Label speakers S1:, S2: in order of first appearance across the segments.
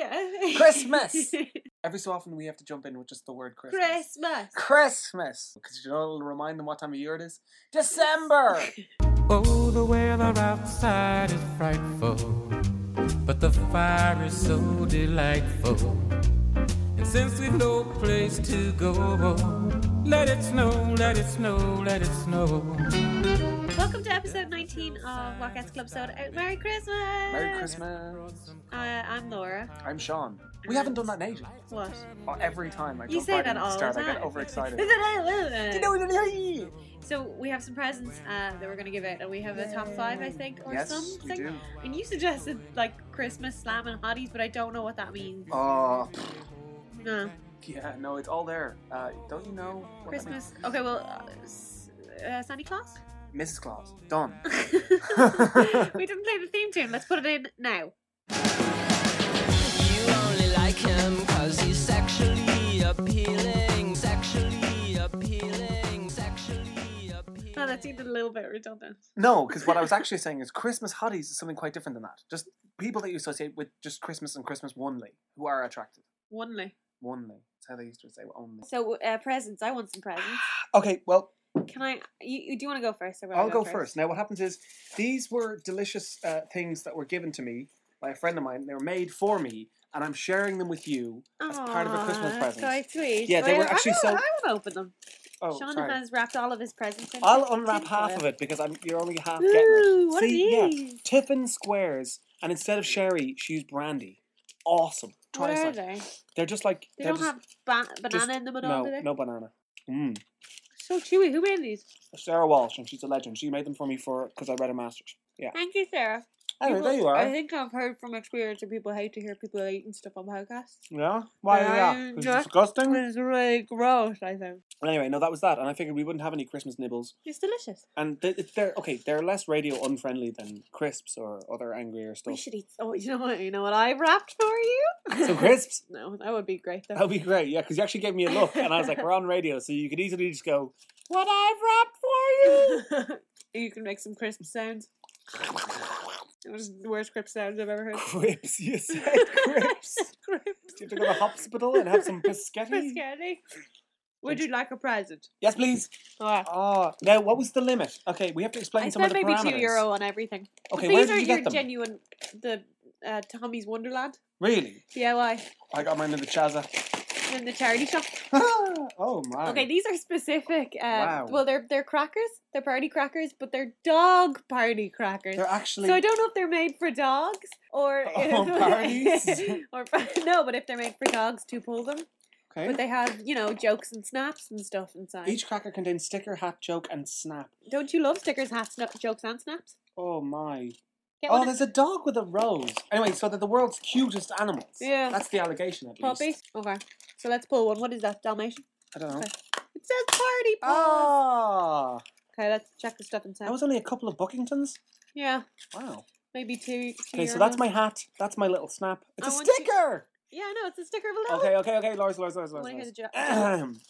S1: Yeah.
S2: Christmas! Every so often, we have to jump in with just the word Christmas.
S1: Christmas.
S2: Christmas! Because you know, it'll remind them what time of year it is. December!
S3: Oh, the weather outside is frightful, but the fire is so delightful. And since we've no place to go, let it snow, let it snow, let it snow.
S1: Welcome to episode 19 of Walkouts Club Soda. Out. Merry Christmas.
S2: Merry Christmas!
S1: Uh, I'm Laura.
S2: I'm Sean. We haven't done that in ages.
S1: What?
S2: Oh, every time I
S1: You
S2: jump
S1: say
S2: right
S1: that
S2: in
S1: all
S2: the
S1: the
S2: start, I get
S1: time.
S2: overexcited.
S1: So we have some presents uh, that we're going to give out, and we have a top five, I think, or
S2: yes,
S1: something.
S2: we do.
S1: And you suggested like Christmas slam and hotties, but I don't know what that means.
S2: Oh,
S1: No.
S2: yeah, no, it's all there. Uh, don't you know? what that means?
S1: Christmas. Okay, well, uh, s- uh, Santa Claus.
S2: Mrs. Claus. Done.
S1: we didn't play the theme tune. Let's put it in now.
S4: You only like him cause he's sexually appealing, sexually appealing, sexually appealing.
S1: Oh, that's even a little bit redundant.
S2: No, because what I was actually saying is Christmas hotties is something quite different than that. Just people that you associate with just Christmas and Christmas only, who are attractive.
S1: Only.
S2: Only. That's how they used to say only.
S1: So uh, presents. I want some presents.
S2: Okay, well,
S1: Can I? You, you- do you want to go first? Or will I
S2: I'll go first. Now, what happens is these were delicious uh, things that were given to me by a friend of mine. They were made for me, and I'm sharing them with you as part of a Christmas
S1: Aw,
S2: present.
S1: That's so sweet.
S2: Yeah, they
S1: Well,
S2: were actually
S1: I will,
S2: so-
S1: I will open them.
S2: oh,
S1: Sean
S2: sorry.
S1: has wrapped all of his presents. In
S2: I'll
S1: tin
S2: unwrap half
S1: foil.
S2: of it because I'm you're only half getting it.
S1: Ooh, what are
S2: See, yeah.
S1: these?
S2: Tiffin squares, and instead of sherry, she used brandy. Awesome. Try
S1: What
S2: this
S1: are
S2: out.
S1: they?
S2: They're just like
S1: They
S2: they're
S1: don't
S2: just-
S1: have ba- banana
S2: just-
S1: in them at all,
S2: no,
S1: do they?
S2: no banana. Mm.
S1: So chewy. Who made these?
S2: Sarah Walsh, and she's a legend. She made them for me for because I read a master's. Yeah.
S1: Thank you, Sarah.
S2: Anyway,
S1: People-
S2: there you are.
S1: I think I've heard from experience that people hate to hear people eating stuff on podcasts.
S2: yeah. Why?
S1: Yeah,
S2: Yeah.
S1: you
S2: It's
S1: just-
S2: disgusting.
S1: It's really gross, I think.
S2: Anyway, no, that was that, and I figured we wouldn't have any Christmas nibbles.
S1: It's delicious.
S2: And th- it's- they're okay. They're less radio unfriendly than crisps or other angrier
S1: We
S2: stuff.
S1: should eat. Oh, you know what? You know what I wrapped for you?
S2: So crisps.
S1: No, that would be great
S2: That'd
S1: though.
S2: be great, yeah, because you actually gave me a look, and I was like, "We're on radio, so you could easily just go." What I've wrapped for you.
S1: you can make some crisp sounds. It was the worst crisp sounds I've ever heard.
S2: Crips, you said crips.
S1: Crisp.
S2: Do you have to go to the hospital and have some biscotti?
S1: Biscotti. Would you like a present?
S2: Yes, please.
S1: Ah.
S2: Ah, now what was the limit? Okay, we have to explain
S1: I
S2: some of
S1: spent
S2: the
S1: maybe
S2: parameters.
S1: two euro on everything.
S2: Okay,
S1: These
S2: where
S1: are
S2: did you
S1: your
S2: get them?
S1: genuine the uh, Tommy's Wonderland
S2: really?
S1: DIY
S2: I got mine in the Chaza.
S1: in the charity shop.
S2: oh my.
S1: Okay, these are specific. Um,
S2: Wow.
S1: Well, they're they're crackers. They're party crackers, but they're dog party crackers.
S2: they're actually.
S1: so I don't know if they're made for dogs or
S2: Oh, parties.
S1: or no, but if they're made for dogs to pull them, but
S2: okay.
S1: they have you know jokes and snaps and stuff inside.
S2: Each cracker contains sticker, hat, joke, and snap.
S1: Don't you love stickers, hats, no- jokes, and snaps?
S2: Oh my.
S1: Get
S2: Oh,
S1: one of
S2: there's a dog with a rose. Anyway, so they're the world's cutest animals.
S1: Yeah.
S2: That's the allegation, at least.
S1: puppy. Okay, so let's pull one. What is that, Dalmatian?
S2: I don't know.
S1: Okay. It says party paws.
S2: Ah,
S1: Okay, let's check the stuff inside.
S2: that Oh. was only a couple of Buckingtons.
S1: yeah,
S2: Wow.
S1: maybe two. two
S2: Okay, so
S1: euro
S2: that's
S1: ones.
S2: my hat. That's my little snap. It's
S1: I
S2: a
S1: want you-
S2: sticker.
S1: Yeah, I know it's a sticker of a little.
S2: Okay, okay, okay. Lars, Lars, Lars,
S1: I
S2: Lars.
S1: want to hear the
S2: Lars.
S1: joke.
S2: Ahem.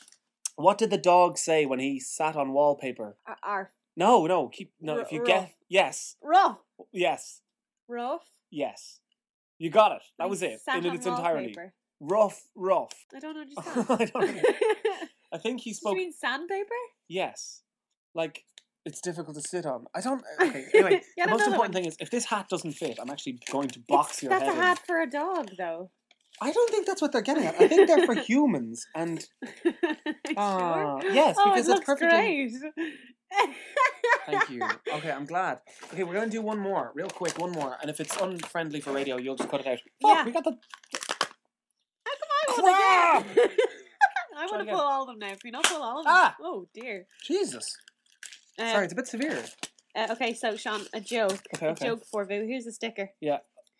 S2: what did the dog say when he sat on wallpaper?
S1: Ar- Arf.
S2: No, no. Keep no.
S1: R-
S2: if you
S1: rough.
S2: guess, yes,
S1: Rough.
S2: yes,
S1: Rough.
S2: yes. You got it. That
S1: He
S2: was it
S1: sat
S2: in
S1: on
S2: its entirety.
S1: wallpaper.
S2: Rough, rough.
S1: I don't understand.
S2: I don't. know.
S1: Do
S2: I think he
S1: you
S2: spoke.
S1: mean sandpaper?
S2: Yes, like it's difficult to sit on. I don't. Okay. Anyway,
S1: Yeah, I don't
S2: the most
S1: know that
S2: important
S1: one.
S2: thing is if this hat doesn't fit, I'm actually going to box
S1: It's-
S2: your
S1: that's
S2: head.
S1: a
S2: in.
S1: hat for a dog, though.
S2: I don't think that's what they're getting at. I think they're for humans and Ah,
S1: sure?
S2: yes,
S1: oh,
S2: because
S1: it looks
S2: it's perfect
S1: great.
S2: Thank you. Okay, I'm glad. Okay, we're gonna do one more, real quick, one more. And if it's unfriendly for radio, you'll just cut it out. Fuck,
S1: Yeah.
S2: we got the.
S1: I want to get. I want to
S2: again.
S1: pull all of them now. If you not pull all of them,
S2: Ah!
S1: oh dear.
S2: Jesus.
S1: Uh,
S2: Sorry, it's a bit severe.
S1: Uh, okay, so Sean, a joke.
S2: Okay,
S1: a
S2: okay.
S1: joke for Vu. Here's a sticker.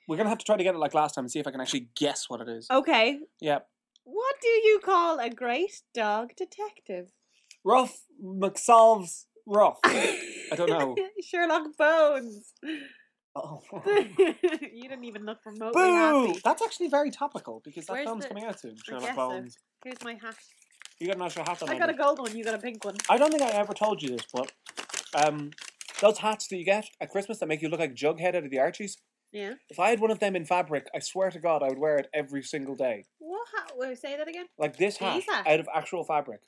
S2: We're gonna have to try to get it like last time and see if I can actually guess what it
S1: Oh.
S2: is.
S1: Okay.
S2: Yeah.
S1: What do you call a great dog detective?
S2: Rough McSolves Rough. I don't know.
S1: Sherlock Bones.
S2: oh.
S1: you didn't even look remotely
S2: Boo!
S1: happy.
S2: That's actually very topical because that
S1: Where's
S2: film's
S1: the-
S2: coming out soon. Sherlock
S1: guess so.
S2: Bones.
S1: Here's my hat.
S2: You got an extra hat on.
S1: I got a
S2: Andy.
S1: gold one. You got a pink one.
S2: I don't think I ever told you this, but um, those hats that you get at Christmas that make you look like Jughead out of the Archies,
S1: Yeah.
S2: If I had one of them in fabric, I swear to God, I would wear it every single day.
S1: What hat? Wait, say that again.
S2: Like this hat,
S1: These hats?
S2: out of actual fabric.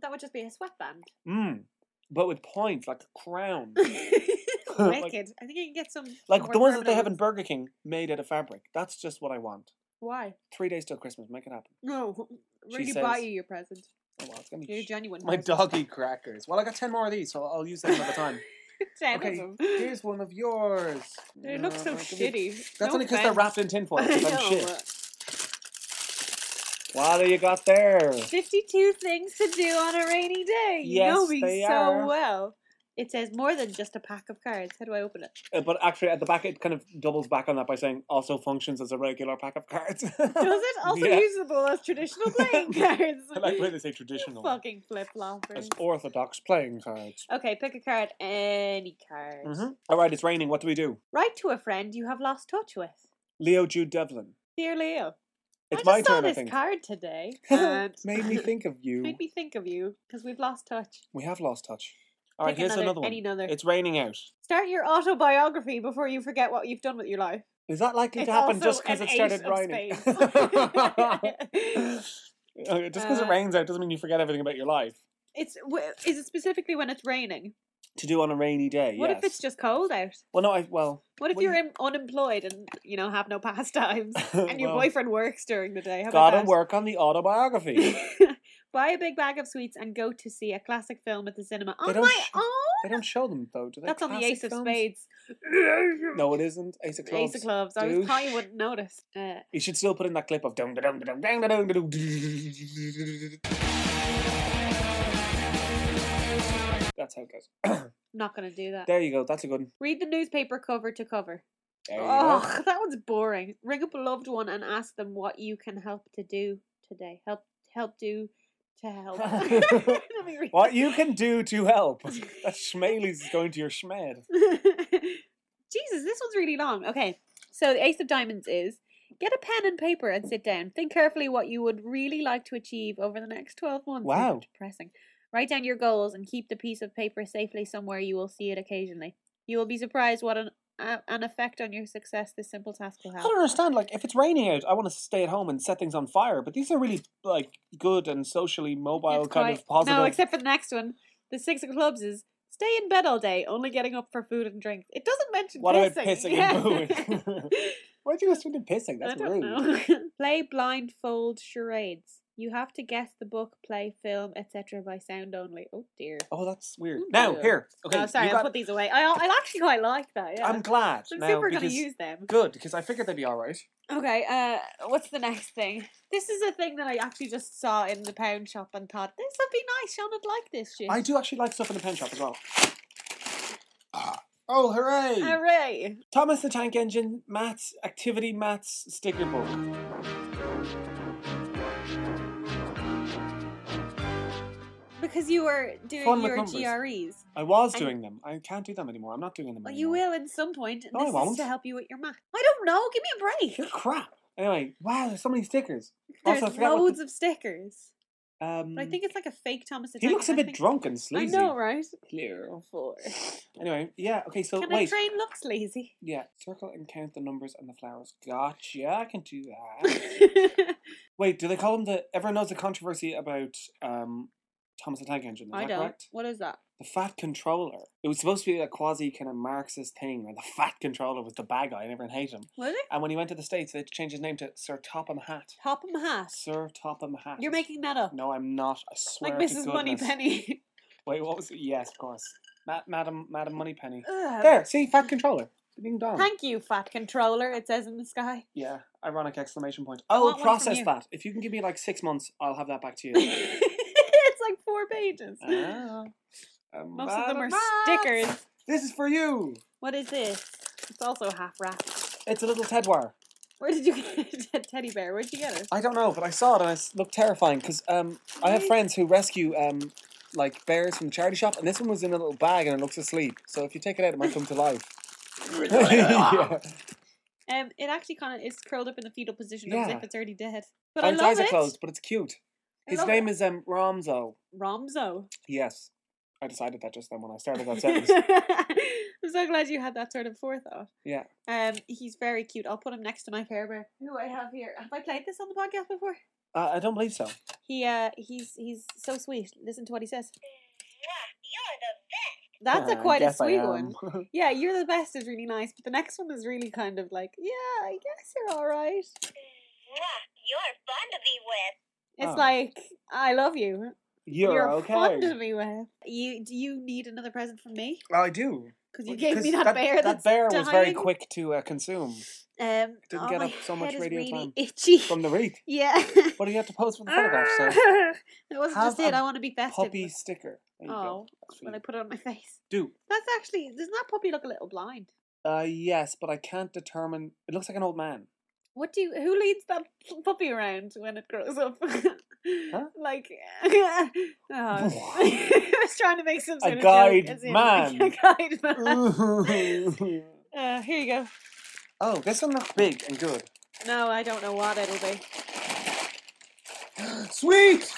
S1: That would just be a sweatband.
S2: Mm. But with points, like a crown.
S1: Wicked. I think you can get some.
S2: Like
S1: more
S2: the ones that they have in
S1: permanent
S2: Burger King made out of fabric. That's just what I want.
S1: ones. Why?
S2: Three days till Christmas, make it happen.
S1: No.
S2: She
S1: Really buy
S2: says-
S1: you your present.
S2: Oh well, it's gonna
S1: Your
S2: be sh-
S1: genuine.
S2: my
S1: present.
S2: doggy crackers. Well, I got ten more of these, so I'll use them another time.
S1: Ten of
S2: Okay,
S1: them.
S2: Here's one of yours.
S1: They look so
S2: Uh, give me-
S1: shitty.
S2: That's
S1: No
S2: only because they're
S1: offense.
S2: wrapped in tinfoil.
S1: I
S2: Because I'm
S1: know,
S2: shit.
S1: but
S2: What do you got there?
S1: 52 things to do on a rainy day. You
S2: Yes,
S1: know me
S2: they
S1: so
S2: are.
S1: well. It says more than just a pack of cards. How do I open it?
S2: Uh, but actually, at the back, it kind of doubles back on that by saying also functions as a regular pack of cards. I
S1: Does it also
S2: Yeah.
S1: usable as traditional playing cards?
S2: like the way they say traditional
S1: Fucking flip floppers.
S2: as orthodox playing cards.
S1: Okay, pick a card. Any card.
S2: Mhm. All right, it's raining. What do we do?
S1: Write to a friend you have lost touch with.
S2: Leo Jude Devlin.
S1: Dear Leo, I
S2: It's
S1: just
S2: my
S1: saw
S2: turn, I
S1: this
S2: think.
S1: card today, and
S2: Made me think of you.
S1: made me think of you because we've lost touch.
S2: We have lost touch. All right,
S1: Pick
S2: here's
S1: another-
S2: another one.
S1: any another.
S2: It's raining out.
S1: Start your autobiography before you forget what you've done with your life.
S2: Is that likely
S1: It's
S2: to happen
S1: also
S2: just because
S1: an
S2: it started
S1: ace of
S2: raining?
S1: spades.
S2: Okay, just because
S1: Uh,
S2: it rains out doesn't mean you forget everything about your life.
S1: it's w- is it specifically when it's raining?
S2: To do on a rainy day.
S1: What
S2: yes.
S1: if it's just cold out?
S2: Well, no, I well.
S1: What if
S2: Well,
S1: you're
S2: you-
S1: in, unemployed and you know have no pastimes, and your
S2: well,
S1: boyfriend works during the day? How about
S2: Gotta
S1: that?
S2: work on the autobiography.
S1: Buy a big bag of sweets and go to see a classic film at the cinema on
S2: don't
S1: my
S2: sh-
S1: own.
S2: they don't show them though, do they?
S1: That's on the
S2: Classic
S1: Ace of
S2: films?
S1: Spades.
S2: No, it isn't. Ace of Clubs.
S1: Ace of Clubs. I was probably
S2: douche.
S1: wouldn't notice. Uh,
S2: You should still put in that clip of dum dum dum dum dum dum. That's how it goes.
S1: not gonna do that.
S2: there you go. That's a good. One.
S1: Read the newspaper cover to cover.
S2: There you go.
S1: Oh, that one's boring. Ring up a loved one and ask them what you can help to do today. Help, help do to help. Let me read
S2: What you can do to help. That Schmaley's is going to your schmed.
S1: Jesus, this one's really long. Okay, so the Ace of Diamonds is get a pen and paper and sit down. Think carefully what you would really like to achieve over the next 12 months. These are
S2: Wow.
S1: Depressing. Write down your goals and keep the piece of paper safely somewhere you will see it occasionally. You will be surprised what an, uh, an effect on your success this simple task will
S2: I
S1: have.
S2: don't understand. Like, if it's raining out, I want to stay at home and set things on fire. But these are really like good and socially mobile,
S1: It's
S2: kind
S1: quite-
S2: of positive.
S1: No, except for the next one. The Six of Clubs is stay in bed all day, only getting up for food and drinks. It doesn't mention
S2: What about
S1: pissing.
S2: pissing and booing? Why'd you go straight to pissing? That's
S1: I don't
S2: rude.
S1: know. play blindfold charades. You have to guess the book, play, film, etc. by sound only. Oh dear.
S2: Oh, that's weird.
S1: Mm,
S2: Now
S1: yeah.
S2: here, okay.
S1: oh, sorry,
S2: you
S1: I'll
S2: got-
S1: put these away. I, I actually quite like that. Yeah.
S2: I'm glad.
S1: I'm
S2: now,
S1: super going to
S2: because,
S1: use them.
S2: Good, because I figured they'd be all right.
S1: Okay, uh, what's the next thing? This is a thing that I actually just saw in the pound shop and thought, this would be nice. Sean would like this shit.
S2: I do actually like stuff in the pen shop as well. Ah. Oh, hooray!
S1: Hooray.
S2: Thomas the Tank Engine, Matt's Activity Matt's sticker book.
S1: Because you were doing
S2: Fun with
S1: your
S2: numbers.
S1: GREs.
S2: I was
S1: And-
S2: doing them. I can't do them anymore. I'm not doing them
S1: Well, you
S2: anymore.
S1: will at some point, and
S2: Mm. No, I
S1: this is
S2: won't.
S1: to help you with your math. I don't know. Give me a
S2: You're
S1: break.
S2: crap. Anyway, wow, there's so many stickers.
S1: There's
S2: Also, I forgot what
S1: loads of stickers.
S2: the- um,
S1: But I think it's like a fake Thomas the
S2: he
S1: Tank
S2: looks a
S1: and I
S2: bit
S1: think-
S2: drunk and sleazy.
S1: I know, right?
S2: Clear.
S1: Four.
S2: Anyway, yeah, okay, so
S1: Can I
S2: wait.
S1: try and look sleazy?
S2: yeah, circle and count the numbers and the flowers. Gotcha, I can do that.
S1: I
S2: wait, do they call him the. Everyone knows the controversy about um, Thomas the Tank Engine, is that
S1: don't.
S2: correct?
S1: What is that?
S2: The Fat Controller. It was supposed to be a quasi kind of Marxist thing, where the Fat Controller was the bad guy and everyone hated him.
S1: Was it?
S2: And when he went to the States, they had to change his name to Sir Topham Hatt.
S1: Top and hat.
S2: Sir Topham Hatt.
S1: You're making that up.
S2: No, I'm not. I
S1: like
S2: swear to
S1: Mrs.
S2: goodness.
S1: Moneypenny.
S2: Wait, what was it? Yes, of course. Ma- Madam, Madam Moneypenny.
S1: Ugh.
S2: There, see, fat controller. Ding dong.
S1: Um, Thank you, fat controller, it says in the sky.
S2: yeah, ironic exclamation point.
S1: I
S2: I will
S1: want one from
S2: process
S1: you.
S2: that. If you can give me like six months, I'll have that back to you.
S1: it's like four pages.
S2: ah, Um,
S1: Most of them are
S2: Madam Matt,
S1: stickers.
S2: This is for you.
S1: What is this? It's also half wrapped.
S2: It's a little tedwar.
S1: Where did you get a teddy bear? Where'd you get it?
S2: I don't know, but I saw it and it looked terrifying because um, I have
S1: Really?
S2: friends who rescue um, like bears from the charity shop, and this one was in a little bag and it looks asleep. So if you take it out, it might come to life. yeah.
S1: Um, it actually kind of is curled up in the fetal position as
S2: Yeah.
S1: if it's already dead. But
S2: and his
S1: I love
S2: eyes
S1: it.
S2: are closed, but it's cute.
S1: I
S2: His
S1: love
S2: name
S1: it.
S2: is um, Romzo.
S1: Romzo.
S2: um, Yes. I decided that just then when I started that sentence.
S1: I'm so glad you had that sort of forethought.
S2: Yeah.
S1: Um, he's very cute. I'll put him next to my Care Bear, who I have here. Have I played this on the podcast before?
S2: Uh, I don't believe so.
S1: He uh, he's he's so sweet. Listen to what he says.
S5: You're the best.
S1: That's a
S2: Uh, I
S1: quite a
S2: guess I
S1: sweet
S2: am.
S1: one. Yeah, you're the best is really nice, but the next one is really kind of like, yeah, I guess you're all right.
S5: Mwah, You're fun to be with.
S1: It's
S2: Oh.
S1: like I love you.
S2: You're, okay.
S1: fun to be with. You do you need another present from me?
S2: Well, I do.
S1: Because you gave me
S2: 'Cause
S1: that, bear.
S2: That
S1: That's
S2: bear was very
S1: dying.
S2: quick to uh, consume
S1: Um,
S2: Didn't
S1: oh,
S2: get
S1: my
S2: up so much
S1: head is
S2: radio
S1: really
S2: time.
S1: Itchy.
S2: from the wreath.
S1: yeah.
S2: What do you have to post for the photograph? So
S1: that wasn't
S2: Have
S1: just it.
S2: a
S1: I want to be festive.
S2: puppy sticker. There you
S1: oh,
S2: go. That's for
S1: when I
S2: you.
S1: put it on my face.
S2: Do.
S1: That's actually doesn't that puppy look a little blind?
S2: Uh, yes, but I can't determine. It looks like an old man.
S1: What do you? Who leads that puppy around when it grows up? Like, oh, I was trying to make some sort of
S2: guide
S1: joke, as in, like,
S2: man.
S1: a guide man.
S2: oh,
S1: Uh, here you go.
S2: this one looks big and good.
S1: No, I don't know what it'll be.
S2: Sweet.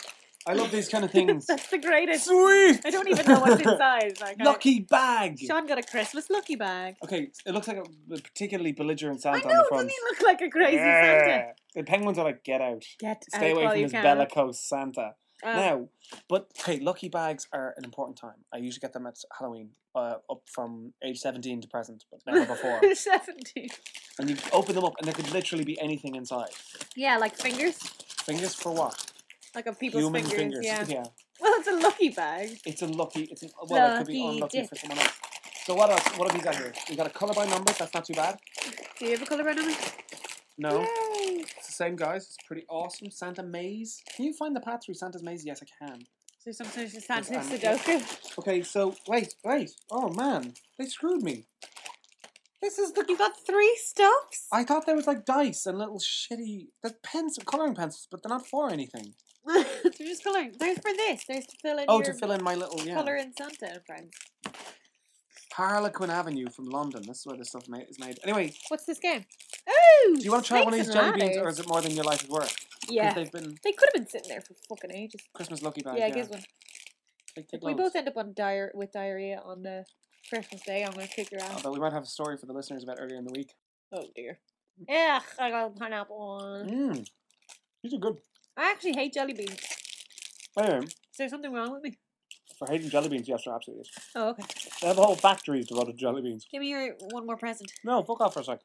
S2: I love these kind of things.
S1: That's the greatest.
S2: Sweet.
S1: I don't even know what's inside. Like, I-
S2: Lucky bag.
S1: Sean got a Christmas lucky bag.
S2: Okay, it looks like a particularly belligerent
S1: I
S2: Santa on
S1: know,
S2: the
S1: doesn't
S2: front.
S1: he look like a crazy Santa?
S2: Yeah. The penguins are like, get out.
S1: Get
S2: Stay
S1: out
S2: away
S1: while
S2: from
S1: you
S2: this
S1: can.
S2: bellicose Santa.
S1: Um,
S2: now, but hey, lucky bags are an important time. I usually get them at Halloween, uh, up from age 17 to present, but never before.
S1: 17.
S2: and you open them up, and there could literally be anything inside.
S1: Yeah, like fingers.
S2: Fingers for what?
S1: Like of people's
S2: Human
S1: fingers.
S2: fingers.
S1: Yeah. Well, it's a lucky bag.
S2: It's a lucky. It's a, well, it could be
S1: Lucky
S2: unlucky
S1: dick.
S2: for someone else. So what else? What have we got here? We got a color by numbers. That's not too bad.
S1: Do you have a colour run on it?
S2: No,
S1: Yay.
S2: it's the same guys. It's pretty awesome. Santa maze. Can you find the path through Santa's maze? Yes, I can.
S1: So sometimes just Santa
S2: Yes, I'm-
S1: Sudoku.
S2: Okay, so wait, wait. Oh man, they screwed me. This is the.
S1: You got three stuffs?
S2: I thought there was like dice and little shitty. There's pens, coloring pencils, but they're not for anything.
S1: They're just colouring. There's for this. There's to fill in
S2: Oh,
S1: your
S2: to fill in my little yeah.
S1: colour in Santa, friends.
S2: Harlequin Avenue from London. This is where this stuff ma- is made. Anyway,
S1: What's this game? Oh!
S2: do you want to try one of
S1: Snakes
S2: these jelly
S1: and
S2: beans, or
S1: ladders.
S2: is it more than your life is worth? 'Cause
S1: Yeah.
S2: They've been
S1: They could have been sitting there for fucking ages.
S2: Christmas lucky bags.
S1: Yeah, it gives one.
S2: Take-
S1: If
S2: take
S1: we
S2: loads.
S1: both end up on diar- with diarrhea on the Christmas day, I'm going to kick your ass.
S2: Although we might have a story for the listeners about earlier in the week.
S1: Oh dear.
S2: Mm.
S1: Ugh, I got pineapple on.
S2: Mmm. These are good.
S1: I actually hate jelly beans.
S2: Anyway,
S1: Is there something wrong with me?
S2: for hating jelly beans, yes, there absolutely is.
S1: Oh, okay.
S2: They have whole factories devoted to jelly beans.
S1: Give me your one more present.
S2: No, fuck off for a sec.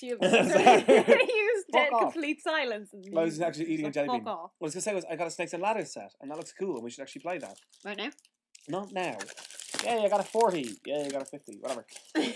S1: Do you
S2: Sorry.
S1: use
S2: Fuck
S1: dead
S2: off.
S1: complete silence? And
S2: Well, I was actually eating a
S1: Like,
S2: jelly
S1: fuck
S2: bean.
S1: off.
S2: What I was going to say was, I got a Snakes and Ladders set, and that looks cool, and we should actually play that.
S1: Right now.
S2: Not now. Yeah, I got a 40. Yeah, I got a 50. Whatever. Is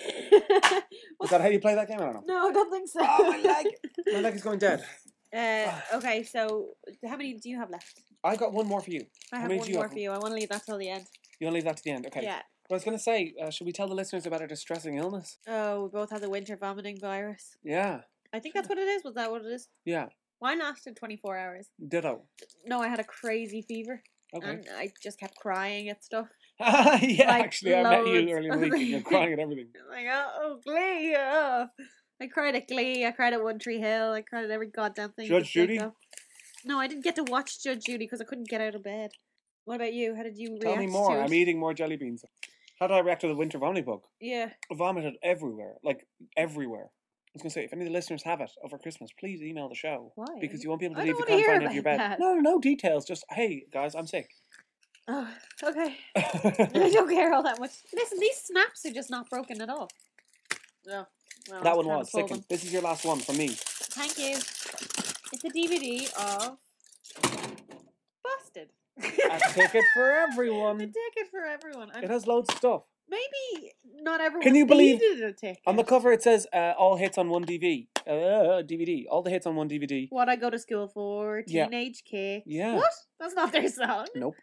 S1: What?
S2: that how you play that game? I don't know.
S1: no, I don't think so.
S2: Oh, my leg! My leg is going dead.
S1: Uh, okay, so how many do you have left?
S2: I got one more for you.
S1: I
S2: How
S1: have
S2: many
S1: one
S2: do you
S1: more
S2: have?
S1: for you. I want to leave that till the end.
S2: You want to leave that to the end? Okay.
S1: Yeah.
S2: But I was going to say, uh, should we tell the listeners about our distressing illness?
S1: Oh, we both have the winter vomiting virus.
S2: Yeah.
S1: I think that's what it is. Was that what it is?
S2: Yeah.
S1: Mine lasted 24 hours.
S2: Ditto.
S1: No, I had a crazy fever.
S2: Okay.
S1: And I just kept crying at stuff.
S2: yeah,
S1: Like,
S2: actually, I met
S1: loads
S2: you earlier in the
S1: of
S2: week. and You're
S1: things.
S2: crying at everything.
S1: Like, oh, Glee. Oh. I cried at Glee. I cried at One Tree Hill. I cried at every goddamn thing. you
S2: Judge
S1: could think
S2: Judy?
S1: of. No, I didn't get to watch Judge Judy because I couldn't get out of bed. What about you? How did you
S2: Tell
S1: react
S2: me more.
S1: to it?
S2: I'm eating more jelly beans. How did I react to the winter vomiting bug?
S1: yeah.
S2: I vomited everywhere, like everywhere. I was going to say, if any of the listeners have it over Christmas, please email the show.
S1: Why?
S2: Because you won't be able to
S1: I
S2: leave the
S1: don't wanna hear
S2: confine of your
S1: about
S2: bed.
S1: that.
S2: No, no details. Just, hey, guys, I'm sick.
S1: Oh, okay. I
S2: that
S1: don't care all that much. Listen, these snaps are just not broken at all. No. Well,
S2: one
S1: kinda
S2: was.
S1: full
S2: Second. This is your last one from me.
S1: Thank you. It's a DVD of Busted.
S2: I take it for
S1: A
S2: everyone.
S1: ticket for everyone.
S2: It
S1: And
S2: has loads of stuff.
S1: maybe not everyone
S2: you believe-
S1: needed a ticket.
S2: On the cover, it says uh, all hits on one DVD. Uh, DVD. All the hits on one DVD.
S1: what I go to school for,
S2: Yeah.
S1: teenage kick.
S2: Yeah.
S1: What? That's not their song.
S2: Nope.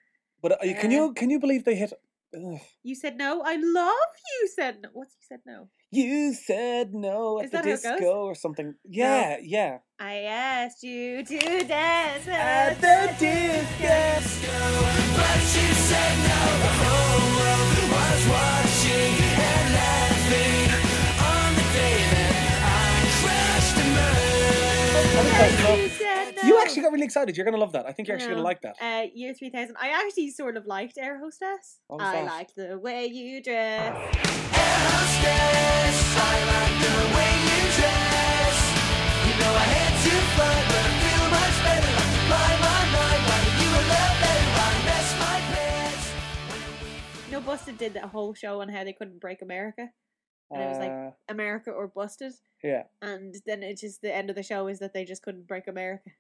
S2: But uh, can
S1: Uh.
S2: you can you believe they hit? Ugh.
S1: You said no. I love you. Said no. What's you said no?
S2: You said no at
S1: Is
S2: the
S1: that how it goes?
S2: disco or something. Yeah, yeah.
S1: I asked you to dance at
S2: the disco. I think that's
S1: the-
S2: enough.
S1: you said no.
S2: You actually got really excited. You're going to love that. I think you're actually
S1: No.
S2: going to like that.
S1: Uh, year 3000. I actually sort of liked Air Hostess.
S2: What was
S1: I
S2: that?
S1: liked the way you dress. No, Busted did that whole show on how they couldn't break America. And it was like-
S2: Uh,
S1: America or Busted.
S2: yeah.
S1: And then it's just the end of the show is that they just couldn't break America.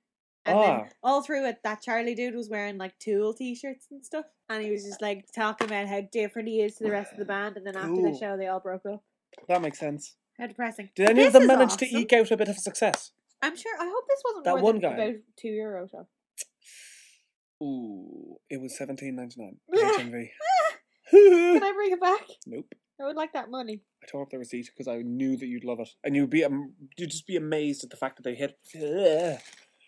S1: And then
S2: Ah.
S1: all through it, that Charlie dude was wearing like Tool t-shirts and stuff, and he was just like talking about how different he is to the rest of the band. And then after
S2: Cool.
S1: the show, they all broke up.
S2: That makes sense.
S1: How depressing!
S2: Did any
S1: This
S2: of them
S1: is
S2: manage to
S1: awesome.
S2: eke out a bit of success?
S1: I'm sure. I hope this wasn't
S2: That
S1: more
S2: one
S1: than
S2: guy.
S1: about two euro show.
S2: Ooh, it was seventeen ninety nine.
S1: Can
S2: HMV.
S1: I bring it back?
S2: nope.
S1: I would like that money.
S2: I tore up the receipt because I knew that you'd love it, and you'd be am- you'd just be amazed at the fact that they hit. Ugh.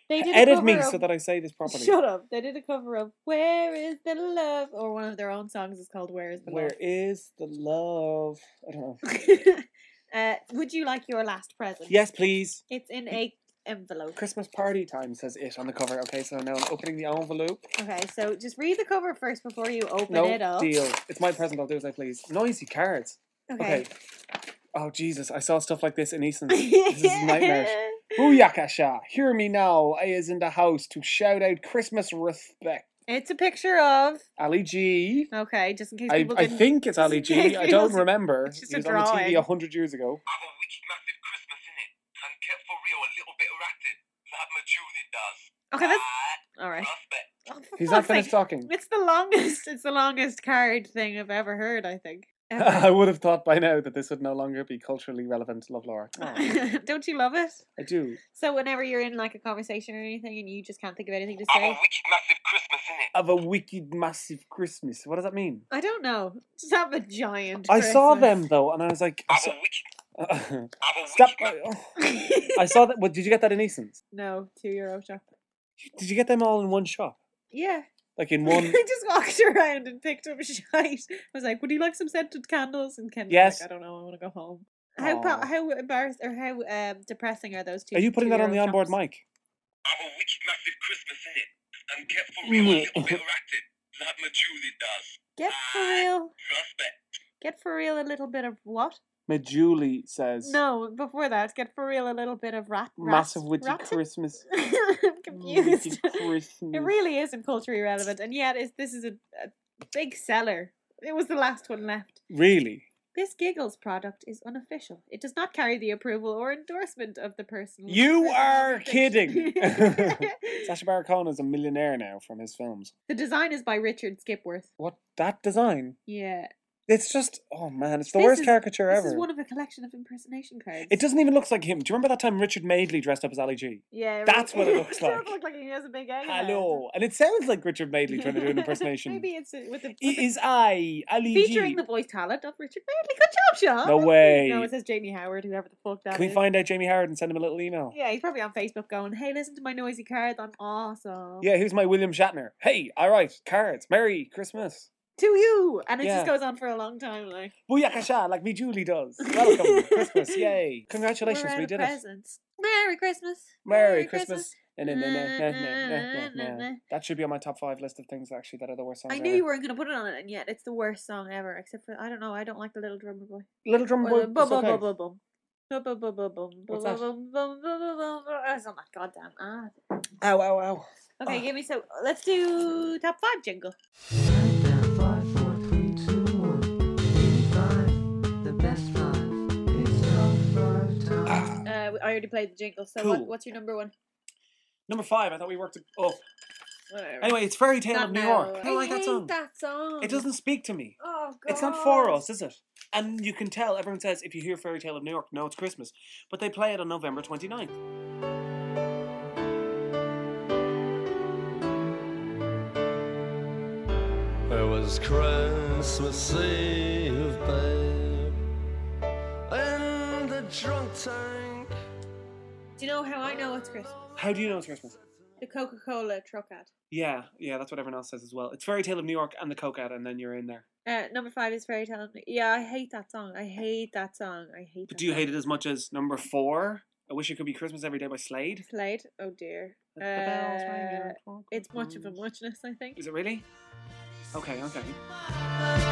S1: They did a
S2: Edit
S1: cover
S2: me
S1: of,
S2: so that I say this properly.
S1: Shut up! They did a cover of "Where Is the Love" or one of their own songs is called "Where Is the
S2: Where is the love? I don't know.
S1: Love." uh, would you like your last present?
S2: Yes, please.
S1: It's in a envelope.
S2: Christmas party time says it on the cover. Okay, so now I'm opening the envelope.
S1: Okay, so just read the cover first before you open it
S2: no
S1: up.
S2: deal. It's my present. I'll do as I please. Noisy cards. Okay.
S1: Okay.
S2: Oh Jesus! I saw stuff like this in Easton's. this is nightmarish. Booyakasha! Hear me now. I is in the house to shout out Christmas respect.
S1: It's a picture of.
S2: Ali G.
S1: Okay, just in case
S2: I,
S1: people
S2: I
S1: didn't.
S2: think it's Ali G. I don't
S1: It's
S2: remember.
S1: just
S2: He
S1: a
S2: was on the TV a
S1: drawing.
S2: hundred years ago.
S6: I've a wicked massive Christmas in it, and kept for real a little bit ratted, like my Julie does.
S1: Okay, that's
S6: Ah,
S1: all right.
S6: prospect.
S1: Oh, for
S2: He's not
S1: fuck's
S2: finished
S1: sake.
S2: talking.
S1: It's the longest. It's the longest card thing I've ever heard. I think.
S2: I
S1: Ever.
S2: would have thought by now that this would no longer be culturally relevant. Love Laura. Aw,
S1: Don't you love it?
S2: I do.
S1: So whenever you're in like a conversation or anything and you just can't think of anything to
S6: I've a
S1: say,
S6: wicked massive Christmas in it.
S2: Have a wicked massive Christmas. What does that mean?
S1: I don't know. Just have a giant.
S2: I saw
S1: Christmas.
S2: them though, and I was like, I
S6: I've a
S2: saw-
S6: wicked. I've a
S2: stop. uh, oh.
S6: wicked. ma-
S2: I saw that. What did you get that in Easton's?
S1: no, two euro shop.
S2: Did you get them all in one shop?
S1: Yeah.
S2: Like in one?
S1: I just walked around and picked up shite. I was like, "Would you like some scented candles?" And Ken was
S2: Yes.
S1: like, "I don't know. I want to go home." How
S2: Aw.
S1: pa- how embarrassed or how um, depressing are those two?
S2: Are you putting that on the
S1: €2
S2: onboard
S1: shops?
S2: mic?
S6: I've a wicked massive Christmas in it, and kept for real a little bit ratted, like my Julie does.
S1: Get for real.
S6: Prospect.
S1: Get for real a little bit of what?
S2: Majuli says.
S1: No, before that, get for real a little bit of rat. rat-
S2: Massive wicked
S1: rat-
S2: Christmas.
S1: I'm confused.
S2: Wicked Christmas.
S1: It really isn't culturally relevant, and yet it's, this is a, a big seller. It was the last one left.
S2: Really?
S1: This Giggles product is unofficial. It does not carry the approval or endorsement of the person.
S2: You
S1: person
S2: are
S1: affected.
S2: kidding. Sacha Baron Cohen is a millionaire now from his films.
S1: the design is by Richard Skipworth.
S2: What that design?
S1: Yeah.
S2: It's just oh man, it's the
S1: This
S2: worst
S1: is-
S2: caricature
S1: This
S2: ever.
S1: is one of a collection of impersonation cards.
S2: it doesn't even look like him. Do you remember that time Richard Madeley dressed up as Ali G?
S1: Yeah.
S2: that's what it looks
S1: does
S2: like.
S1: look like he has a big egg. in it.
S2: Hello, and it sounds like Richard Madeley trying to do an impersonation.
S1: Maybe it's uh, with the. with
S2: It
S1: the-
S2: is I, Ali
S1: Featuring
S2: G.
S1: the voice talent of Richard Madeley. Good job, Sean.
S2: No
S1: No,
S2: way.
S1: it says Jamie Howard, whoever the fuck that
S2: Can we
S1: is.
S2: find out Jamie Howard and send him a little email?
S1: Yeah, he's probably on Facebook going, "Hey, listen to my noisy cards. I'm awesome."
S2: Yeah, who's my William Shatner? Hey, all right, cards. Merry Christmas.
S1: To you, and it
S2: Yeah.
S1: just goes on for a long time. Like
S2: Booyakasha, like me Julie does. Welcome, Christmas, yay. Congratulations,
S1: we're
S2: we
S1: out
S2: did
S1: of
S2: it.
S1: presents. Merry Christmas.
S2: Merry Christmas. Na- na- na- na- na- na- na- na. That should be on my top five list of things actually that are the worst songs
S1: I knew
S2: ever.
S1: you weren't going to put it on it, and yet it's the worst song ever. Except for I don't know. I don't like the Little Drummer Boy.
S2: Little Drum
S1: Or
S2: Boy.
S1: the
S2: it's
S1: bum, bum,
S2: okay.
S1: bum, bum, bum. Bum, bum, bum, bum, bum,
S2: What's
S1: bum,
S2: that?
S1: bum, bum, bum, bum, bum, bum. It's on that goddamn ad.
S2: Ow, ow, ow. Ah.
S1: Okay, give me so. Let's do top five jingle.
S2: Ah.
S1: Uh, I already played the jingle. So
S2: Cool.
S1: what, what's your number one?
S2: Number five, I thought we worked it up.
S1: Whatever.
S2: Anyway, it's Fairy Tale
S1: Not
S2: of New
S1: now.
S2: York. I don't like that
S1: hate
S2: song.
S1: that song.
S2: It doesn't speak to me.
S1: Oh god.
S2: It's not for us, is it? And you can tell, everyone says, if you hear Fairy Tale of New York, no, it's Christmas. But they play it on November 29th.
S7: It was Christmas Eve, babe, in the drunk tank.
S1: Do you know how I know it's Christmas?
S2: How do you know it's Christmas?
S1: The Coca Cola truck ad.
S2: Yeah, yeah, that's what everyone else says as well. It's Fairy Tale of New York and the Coke ad, and then you're in there.
S1: Uh, number five is Fairy Tale. of New- Yeah, I hate that song. I hate that song. I hate.
S2: But do you hate it as much as number four? I Wish It Could Be Christmas Every Day by Slade.
S1: Slade. Oh dear.
S2: Let the bells ring
S1: Uh,
S2: your clock
S1: it's much of a
S2: clockwise.
S1: muchness, I think.
S2: Is it really? Okay, okay.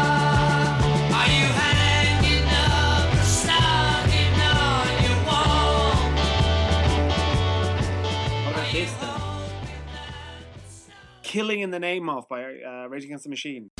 S4: Are you hanging up a stocking on your wall?
S2: What about this then? Killing in Oh, the Name of by uh, Rage Against the Machine.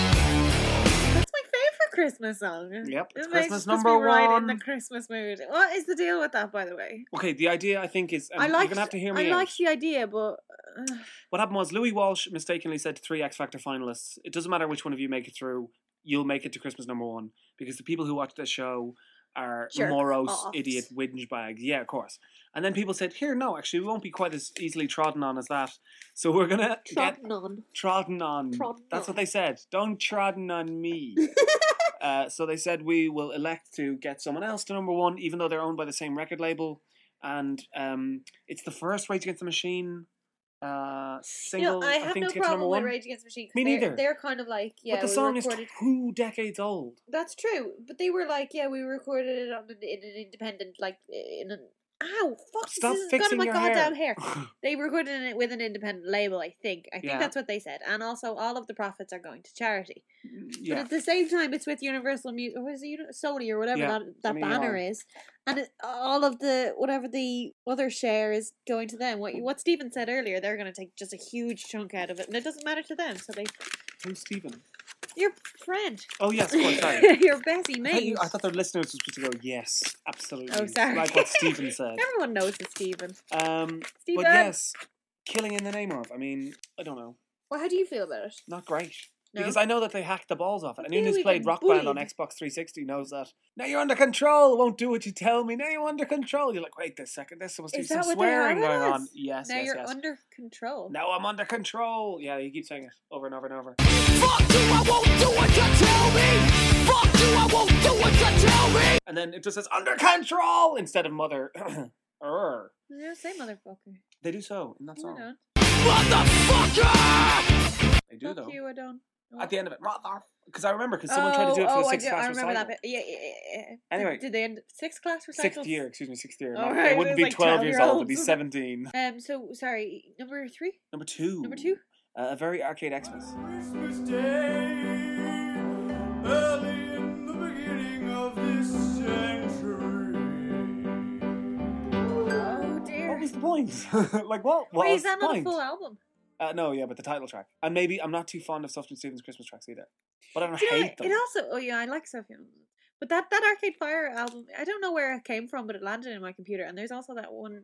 S1: That's my favorite Christmas song.
S2: Yep, it's
S1: It makes
S2: Christmas
S1: us be
S2: number
S1: right in
S2: one.
S1: the Christmas mood. What is the deal with that, by the way?
S2: Okay, the idea I think is um,
S1: I like.
S2: you're gonna have to hear
S1: I
S2: me. out.
S1: liked the idea, but uh,
S2: What happened was Louis Walsh mistakenly said to three X Factor finalists, "It doesn't matter which one of you make it through, you'll make it to Christmas number one because the people who watch this show are
S1: Jerk
S2: morose,
S1: offs.
S2: idiot, whinge bags." Yeah, of course. And then people said, "Here, no, actually, we won't be quite as easily trodden on as that, so we're gonna get
S1: trodden on.
S2: trodden on.
S1: Trodden
S2: That's
S1: on.
S2: what they said. Don't trodden on me. uh, so they said we will elect to get someone else to number one, even though they're owned by the same record label. And um, it's the first Rage Against the Machine uh,
S1: You know,
S2: single,
S1: I
S2: I
S1: have
S2: think,
S1: no
S2: to get to number
S1: problem with
S2: one.
S1: Rage Against the Machine. 'cause
S2: Me
S1: they're-
S2: neither.
S1: They're kind of like yeah.
S2: but the
S1: we
S2: song is
S1: recorded-
S2: two decades old.
S1: That's true, but they were like, yeah, we recorded it on an, in an independent, like in an. Ow! Fuck!
S2: Stop
S1: this has got
S2: fixing
S1: in my
S2: your
S1: goddamn hair.
S2: hair.
S1: They recorded it with an independent label, I think. I think
S2: Yeah.
S1: that's what they said. And also, all of the profits are going to charity. But
S2: yeah.
S1: at the same time, it's with Universal Music, or is it Uni- Sony or whatever
S2: Yeah,
S1: that, that
S2: Sony
S1: banner
S2: ER.
S1: is, and it, all of the whatever the other share is going to them. What you- what Stephen said earlier, they're going to take just a huge chunk out of it, and it doesn't matter to them. So they,
S2: Who's Stephen?
S1: your friend,
S2: Oh, yes, of course, sorry.
S1: your bestie
S2: I thought,
S1: mate.
S2: you, I thought the listeners was supposed to go, yes, absolutely.
S1: Oh, sorry.
S2: Like what Stephen said.
S1: Everyone knows it's Stephen.
S2: Um,
S1: Stephen.
S2: But yes, killing in the name of. I mean, I don't know.
S1: Well, how do you feel about it?
S2: Not great.
S1: No?
S2: Because I know that they hacked the balls off it. Anyone
S1: Yeah,
S2: who's
S1: we
S2: played
S1: got
S2: Rock Band on
S1: bullied.
S2: Xbox 360 knows that. Now you're under control. Won't do what you tell me. Now you're under control. You're like, wait a second. There's supposed to
S1: Is
S2: be some
S1: that what they have
S2: swearing
S1: it
S2: going
S1: as?
S2: on. Yes,
S1: now
S2: yes,
S1: you're
S2: yes.
S1: under control.
S2: now I'm under control. Yeah, you keep saying it over and over and over.
S4: Fuck you, I won't do what you tell me. Fuck you, I won't do what you tell me.
S2: And then it just says under control instead of mother. Err.
S1: Yeah, say motherfucker.
S2: They do so in that
S1: No, I
S2: song.
S1: don't.
S4: Motherfucker!
S2: They do
S1: Fuck
S2: though.
S1: you, I don't. Oh,
S2: At the end of it, because I remember because someone tried to do it for the sixth
S1: I, do,
S2: class
S1: I remember
S2: recital.
S1: that bit. Yeah, yeah, yeah, yeah.
S2: Anyway.
S1: Did, did they end sixth class recitals?
S2: Sixth year, excuse me, sixth year.
S1: All
S2: Not,
S1: right,
S2: it wouldn't
S1: it was
S2: be
S1: like
S2: 12 years old, it'd be
S1: 12-year-olds.
S2: 17.
S1: Um. So sorry. Number three.
S2: Number two.
S1: Number two.
S2: Uh, a very arcade Xmas.
S7: Christmas Day, early in the beginning of this century.
S1: Oh dear.
S2: What was the point? like, what? What
S1: Wait,
S2: was
S1: is that
S2: the
S1: not a
S2: point?
S1: full album?
S2: uh, no, yeah, but the title track. And maybe I'm not too fond of Sufjan Stevens' Christmas tracks either. But I don't
S1: Do you know,
S2: hate
S1: what? it
S2: them.
S1: also. Oh yeah, I like Sophia. But that that Arcade Fire album, I don't know where it came from, but it landed in my computer. And there's also that one.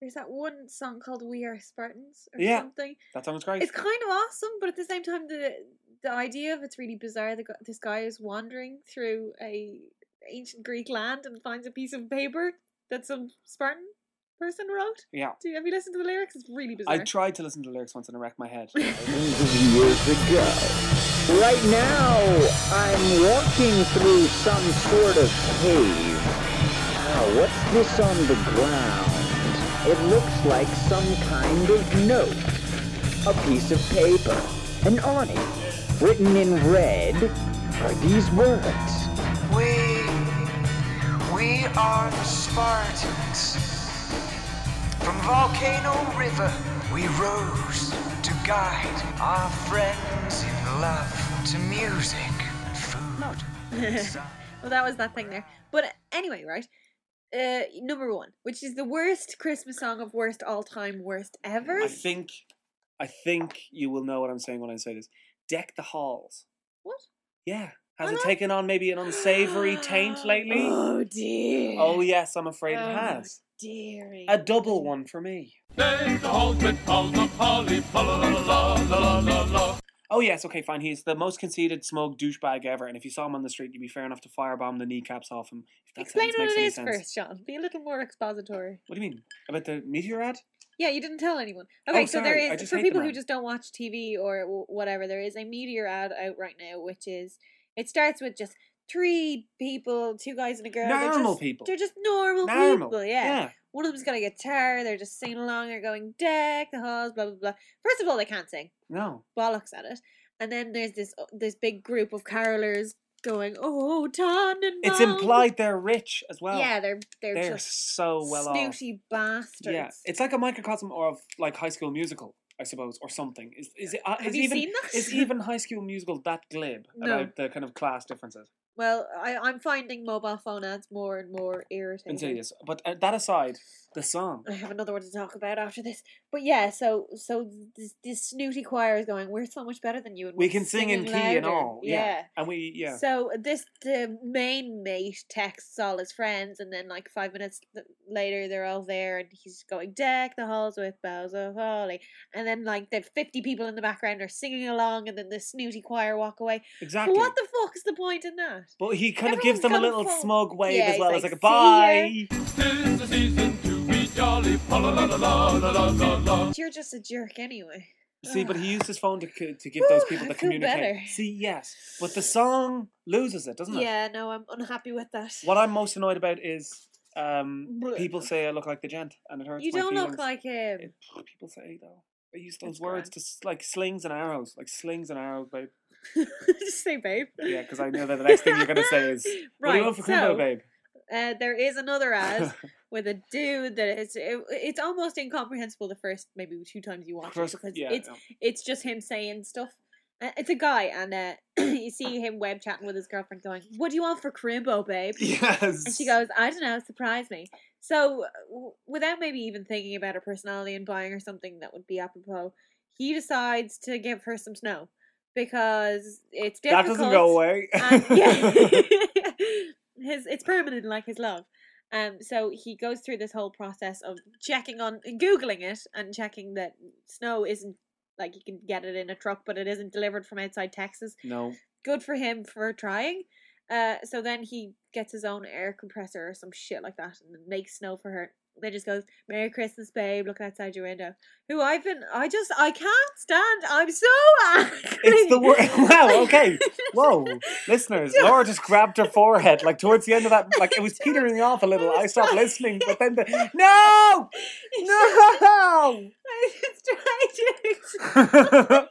S1: There's that one song called "We Are Spartans" or
S2: Yeah.
S1: something.
S2: That song is great.
S1: It's kind of awesome, but at the same time, the the idea of it's really bizarre. The, gu- this guy is wandering through a ancient Greek land and finds a piece of paper that some Spartan person wrote.
S2: yeah.
S1: Do you, have you listened to the lyrics? It's really
S2: I
S1: bizarre.
S2: tried to listen to the lyrics once and I wrecked my head.
S8: years ago. Right now, I'm walking through some sort of cave. Now, what's this on the ground? It looks like some kind of note, a piece of paper, and on it, written in red, are these words.
S9: We. We are the Spartans. From Volcano River, we rose to guide our friends in love to music, food.
S1: well, that was that thing there. But anyway, right. Uh, number one, which is the worst Christmas song of worst all time, worst ever.
S2: I think, I think you will know what I'm saying when I say this. Deck the halls.
S1: What?
S2: Yeah. Has
S1: I
S2: it
S1: like-
S2: taken on maybe an unsavory taint lately?
S1: Oh dear.
S2: Oh yes, I'm afraid
S1: Oh,
S2: it has.
S1: dearie.
S2: A double one for me. Oh,
S3: There's the home with all the holly, la la la la la la la.
S2: Oh yes, okay, fine. He's the most conceited, smug douchebag ever, and if you saw him on the street, you'd be fair enough to firebomb the kneecaps off him. If that
S1: Explain
S2: sentence
S1: what
S2: makes
S1: it
S2: any
S1: is
S2: sense.
S1: first, Sean. Be a little more expository.
S2: What do you mean about the meteor ad?
S1: Yeah, you didn't tell anyone. Okay, so there
S2: Oh, sorry, I
S1: is
S2: just
S1: for
S2: hate the
S1: people who
S2: man.
S1: just don't watch TV or w- whatever. There is a meteor ad out right now, which is it starts with just three people, two guys and a girl. They're
S2: Normal
S1: just-
S2: people.
S1: They're just normal,
S2: Normal.
S1: people. Yeah. One of them's got a guitar. They're just singing along. They're going deck the halls, blah blah blah. First of all, they can't sing
S2: No.
S1: bollocks at it. And then there's this uh, this big group of carolers going, "Oh, Tannenbaum!"
S2: It's implied they're rich as well.
S1: yeah, they're they're,
S2: they're,
S1: just
S2: so well off.
S1: snooty bastards.
S2: Yeah, it's like a microcosm of like High School Musical, I suppose, or something. Is is it? Uh,
S1: Have
S2: is
S1: you
S2: even
S1: seen that?
S2: is even High School Musical that glib
S1: No.
S2: about the kind of class differences?
S1: well, I, I'm finding mobile phone ads more and more irritating.
S2: Insidious. But uh, that aside, the song.
S1: I have another one to talk about after this, but yeah, so so this, this snooty choir is going. We're so much better than you, and
S2: We
S1: we're
S2: can sing in
S1: singing
S2: key and
S1: louder."
S2: all. Yeah. And we, yeah.
S1: So uh, this the main mate texts all his friends, and then like five minutes th- later, they're all there, and he's going deck the halls with boughs of holly, and then like the fifty people in the background are singing along, and then the snooty choir walk away.
S2: exactly.
S1: What the fuck is the point in that?
S2: but he kind of gives
S1: Everyone's
S2: them a
S1: got a
S2: little
S1: phone.
S2: smug wave
S1: Yeah,
S2: as
S1: he's
S2: well. It's
S1: like,
S2: like,
S1: "See
S2: bye.
S3: Tis the season to be jolly. Pa la la la la la la la la.
S1: You're just a jerk anyway.
S2: See, but he used his phone to, co- to give
S1: Whew,
S2: those people
S1: I
S2: the
S1: feel better.
S2: communicate. See, yes. But the song loses it, doesn't it?
S1: Yeah, no, I'm unhappy with that.
S2: What I'm most annoyed about is um,
S1: Blech.
S2: people say I look like the gent, and it hurts.
S1: uh you
S2: my
S1: don't look
S2: feelings.
S1: like him.
S2: It- people say though. They use
S1: That's
S2: those words
S1: grand.
S2: to s- like slings and arrows, like slings and arrows, babe.
S1: just say babe.
S2: Yeah, because I know that the next thing you're gonna say is, "What do you want for
S1: so,
S2: Kumbo, babe?"
S1: uh, there is another ad with a dude that it's it, it's almost incomprehensible the first maybe two times you watch
S2: First-
S1: it because
S2: yeah,
S1: it's
S2: yeah.
S1: it's just him saying stuff. Uh, It's a guy, and uh, you see him web chatting with his girlfriend, going, "What do you want for Crimbo, babe?"
S2: yes.
S1: And she goes, "I don't know. Surprise me." So, w- without maybe even thinking about her personality and buying her something that would be apropos, he decides to give her some snow because it's
S2: "That
S1: difficult
S2: doesn't go away."
S1: and yeah, Um, his it's permanent, like his love. Um, so he goes through this whole process of checking on, googling it, and checking that snow isn't like you can get it in a truck, but it isn't delivered from outside Texas.
S2: no.
S1: Good for him for trying. Uh, so then he gets his own air compressor or some shit like that, and makes snow for her. Then just goes, "Merry Christmas, babe! Look outside your window." Who I've been, I just, I can't stand. I'm so angry.
S2: It's the word. Wow. Okay. Whoa, listeners! Laura just grabbed her forehead. Like towards the end of that, like it was petering off a little. I stopped listening, but then the no, no.
S1: I just tried to.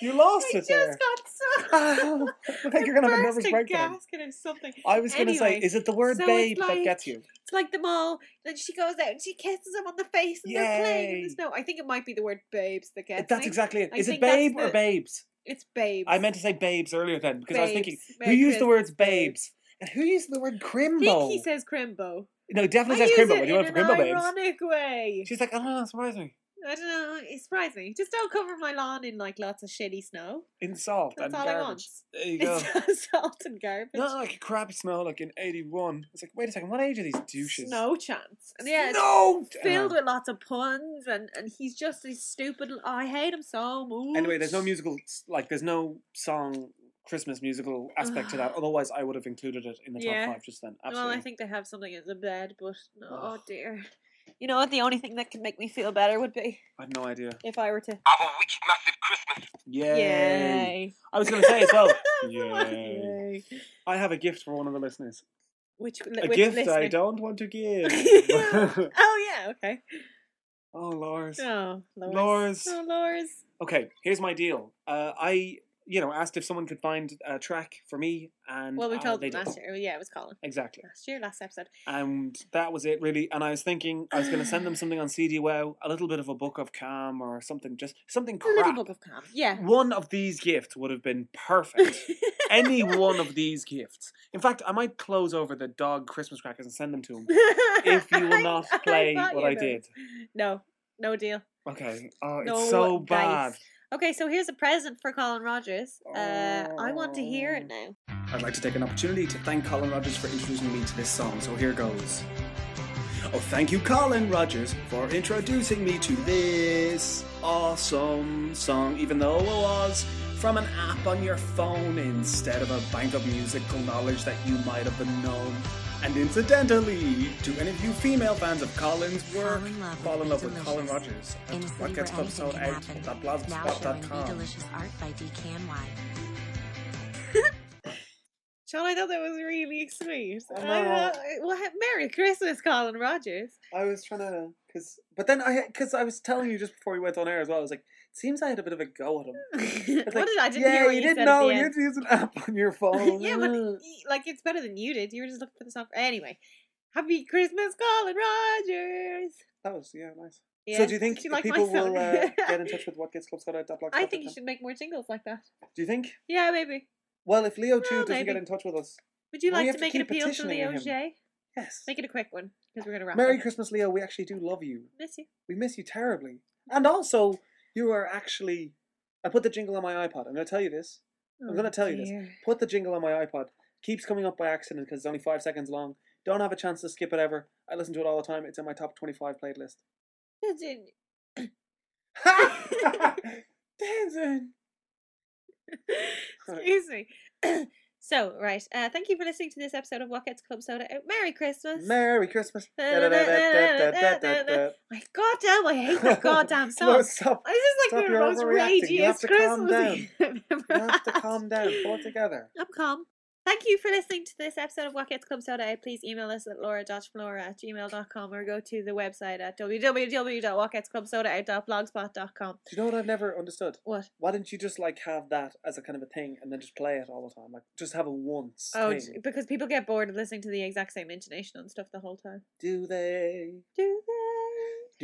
S2: you lost
S1: I
S2: it
S1: just
S2: there.
S1: got so.
S2: Oh, I think you're gonna have a nervous breakdown.
S1: gasket or something.
S2: I was gonna say,
S1: Anyway,
S2: is it the word
S1: so it's
S2: babe that
S1: like-
S2: gets you?
S1: It's like them all. Then she goes out and she kisses him on the face, and they're playing in
S2: Yay.
S1: the snow. I think it might be the word babes that gets.
S2: That's
S1: me.
S2: exactly it.
S1: I
S2: Is it
S1: think that's
S2: babe or
S1: the-
S2: babes?
S1: It's babes.
S2: I meant to say babes earlier then because I was thinking
S1: Babes.
S2: who
S1: Merry
S2: used the
S1: Christmas,
S2: words
S1: babes.
S2: babes and who used the word
S1: I
S2: crimbo?
S1: think he says crimbo.
S2: no, it
S1: I
S2: definitely
S1: use
S2: says crimbo.
S1: it
S2: What do you
S1: in
S2: want for
S1: an
S2: crimbo, babes?
S1: ironic way.
S2: She's like, oh, surprise me
S1: I don't know. It surprised me. Just don't cover my lawn in like lots of shitty snow.
S2: in salt
S1: That's
S2: and
S1: all I want.
S2: garbage. There you go.
S1: It's salt and garbage.
S2: Not like a crappy smell like in '81. It's like, wait a second, what age are these douches? Uh,
S1: No chance. And yeah, it's
S2: no.
S1: filled
S2: Anyway.
S1: with lots of puns, and, and he's just a stupid. l- I hate him so much.
S2: Anyway, there's no musical, like there's no song, Christmas musical aspect to that. Otherwise, I would have included it in the top
S1: Yeah.
S2: five just then. Absolutely.
S1: Well, I think they have something in the bed, but no, oh
S2: Ugh.
S1: dear. You know what? The only thing that could make me feel better would be
S2: I have no idea.
S1: if I were to.
S6: Have a wicked massive Christmas.
S2: Yay!
S1: Yay.
S2: I was going to say as well. Yay!
S1: Yay.
S2: I have a gift for one of the listeners.
S1: Which,
S2: A
S1: which
S2: gift
S1: listener-
S2: I don't want to give.
S1: oh, yeah, okay.
S2: oh, Lars.
S1: Oh, Lars.
S2: Lars.
S1: Oh, Lars.
S2: Okay, here's my deal. Uh, I, you know, asked if someone could find a track for me, and
S1: Well, we
S2: uh,
S1: told
S2: they
S1: them
S2: did.
S1: last year. Yeah, it was Colin.
S2: Exactly.
S1: Last year, last episode.
S2: and that was it really. And I was thinking I was going to send them something on CD Wow, a little bit of a book of calm or something, just something crap.
S1: Little Book of Calm. Yeah.
S2: One of these gifts would have been perfect. Any one of these gifts. In fact, I might close over the dog Christmas crackers and send them to him if you will not play
S1: thought
S2: what
S1: you
S2: I
S1: were.
S2: did.
S1: No, no deal.
S2: Okay. Oh, it's
S1: No
S2: so
S1: dice.
S2: bad.
S1: Okay, so here's a present for Colin Rogers. Uh, I want to hear
S2: Oh.
S1: it now.
S2: I'd like to take an opportunity to thank Colin Rogers for introducing me to this song, so here goes. Oh, thank you, Colin Rogers, for introducing me to this awesome song, even though it was from an app on your phone instead of a bank of musical knowledge that you might have been known. And incidentally, to any of you female fans of Colin's work,
S10: Fall in love with
S2: fall in love with Colin Rogers
S10: Delicious.
S2: at
S10: In a city where anything can happen. Now showing Be
S2: podcastclubsout.blogspot.com.
S10: Delicious Art by DKNY.
S1: Sean, I thought that was really sweet.
S2: I
S1: I
S2: know.
S1: thought- well, he- Merry Christmas, Colin Rogers.
S2: I was trying to, cause, but then I, cause I was telling you just before we went on air as well. I was like, it seems I had a bit of a go at him.
S1: what did I didn't
S2: yeah,
S1: hear what
S2: you
S1: you,
S2: didn't
S1: said At
S2: know.
S1: the
S2: You
S1: end.
S2: had to use an app on your phone.
S1: yeah, but y- like it's better than you did. You were just looking for the song. Anyway, Happy Christmas, Colin Rogers.
S2: that was yeah, nice. so
S1: Yes,
S2: do you think
S1: did you like my
S2: people
S1: song?
S2: will uh, get in touch with what gets club
S1: I think you should make more jingles like that.
S2: Do you think?
S1: Yeah, maybe.
S2: Well, if Leo Chu
S1: Well,
S2: doesn't get
S1: maybe.
S2: in touch with us,
S1: Would you
S2: Well,
S1: like
S2: we have
S1: to
S2: to
S1: make an
S2: keep
S1: appeal to
S2: petitioning
S1: Leo
S2: him.
S1: J?
S2: Yes.
S1: Make it a quick one because we're gonna wrap.
S2: Merry
S1: up.
S2: Christmas, Leo. We actually do love you.
S1: Miss you.
S2: We miss you terribly. And also, you are actually. I put the jingle on my iPod. I'm going to tell you this. I'm
S1: Oh,
S2: going to tell you this.
S1: dear.
S2: Put the jingle on my iPod. Keeps coming up by accident because it's only five seconds long. Don't have a chance to skip it ever. I listen to it all the time. It's in my top 25 playlist. Dancing.
S1: Excuse me. so, right. Uh, thank you for listening to this episode of What Gets Club Soda Out. Merry Christmas.
S2: Merry Christmas.
S1: Da-da-da-da-da-da-da-da-da. My goddamn, I hate that goddamn song.
S2: No, stop.
S1: This is like
S2: Stop,
S1: the
S2: you're
S1: most
S2: overreacting. You have
S1: ragiest
S2: to calm
S1: Christmas
S2: down.
S1: Eve
S2: You have to calm down. Pull it together.
S1: I'm calm. Thank you for listening to this episode of What Gets Club Soda. Please email us at laura.flora at gmail.com or go to the website at www.whatgetsclubsodaout.blogspot.com.
S2: Do you know what I've never understood?
S1: What?
S2: Why didn't you just like have that as a kind of a thing and then just play it all the time? Like just have a once.
S1: Oh,
S2: thing.
S1: j- because people get bored of listening to the exact same intonation and stuff the whole time.
S2: do they?
S1: Do
S2: they?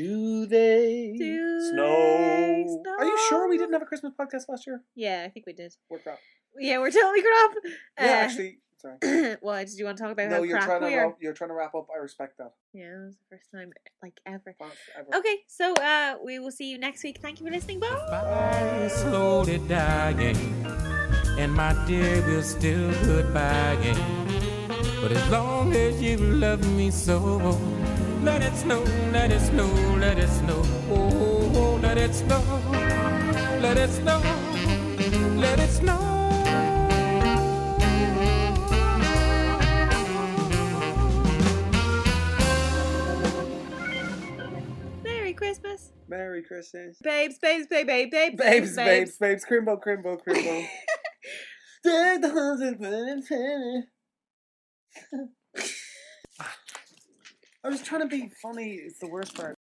S2: Do they?
S1: Do
S2: snow. Are you sure we didn't have a Christmas podcast last year?
S1: Yeah, I think we did.
S2: We're crap.
S1: Yeah, we're totally crap.
S2: Yeah,
S1: Uh,
S2: actually, sorry.
S1: Why did you want to talk about
S2: no,
S1: how
S2: you're
S1: crap
S2: trying to
S1: we are?
S2: wrap, you're trying to wrap up. I respect that.
S1: Yeah, it was the first time like ever.
S2: ever.
S1: Okay, so uh, we will see you next week. Thank you for listening. Bye.
S3: fire is slowly dying, and my dear, we're still goodbying. But as long as you love me so, let it snow, let it snow, let it snow, oh, oh, oh, let it snow, let it snow, let it snow.
S1: Merry Christmas,
S2: Merry Christmas.
S1: babes, babes, babe, babe, babe,
S2: Babes, babes, babes, crimbo, crimbo, crimbo. Dead hundred and penny. I was trying to be funny. It's the worst part.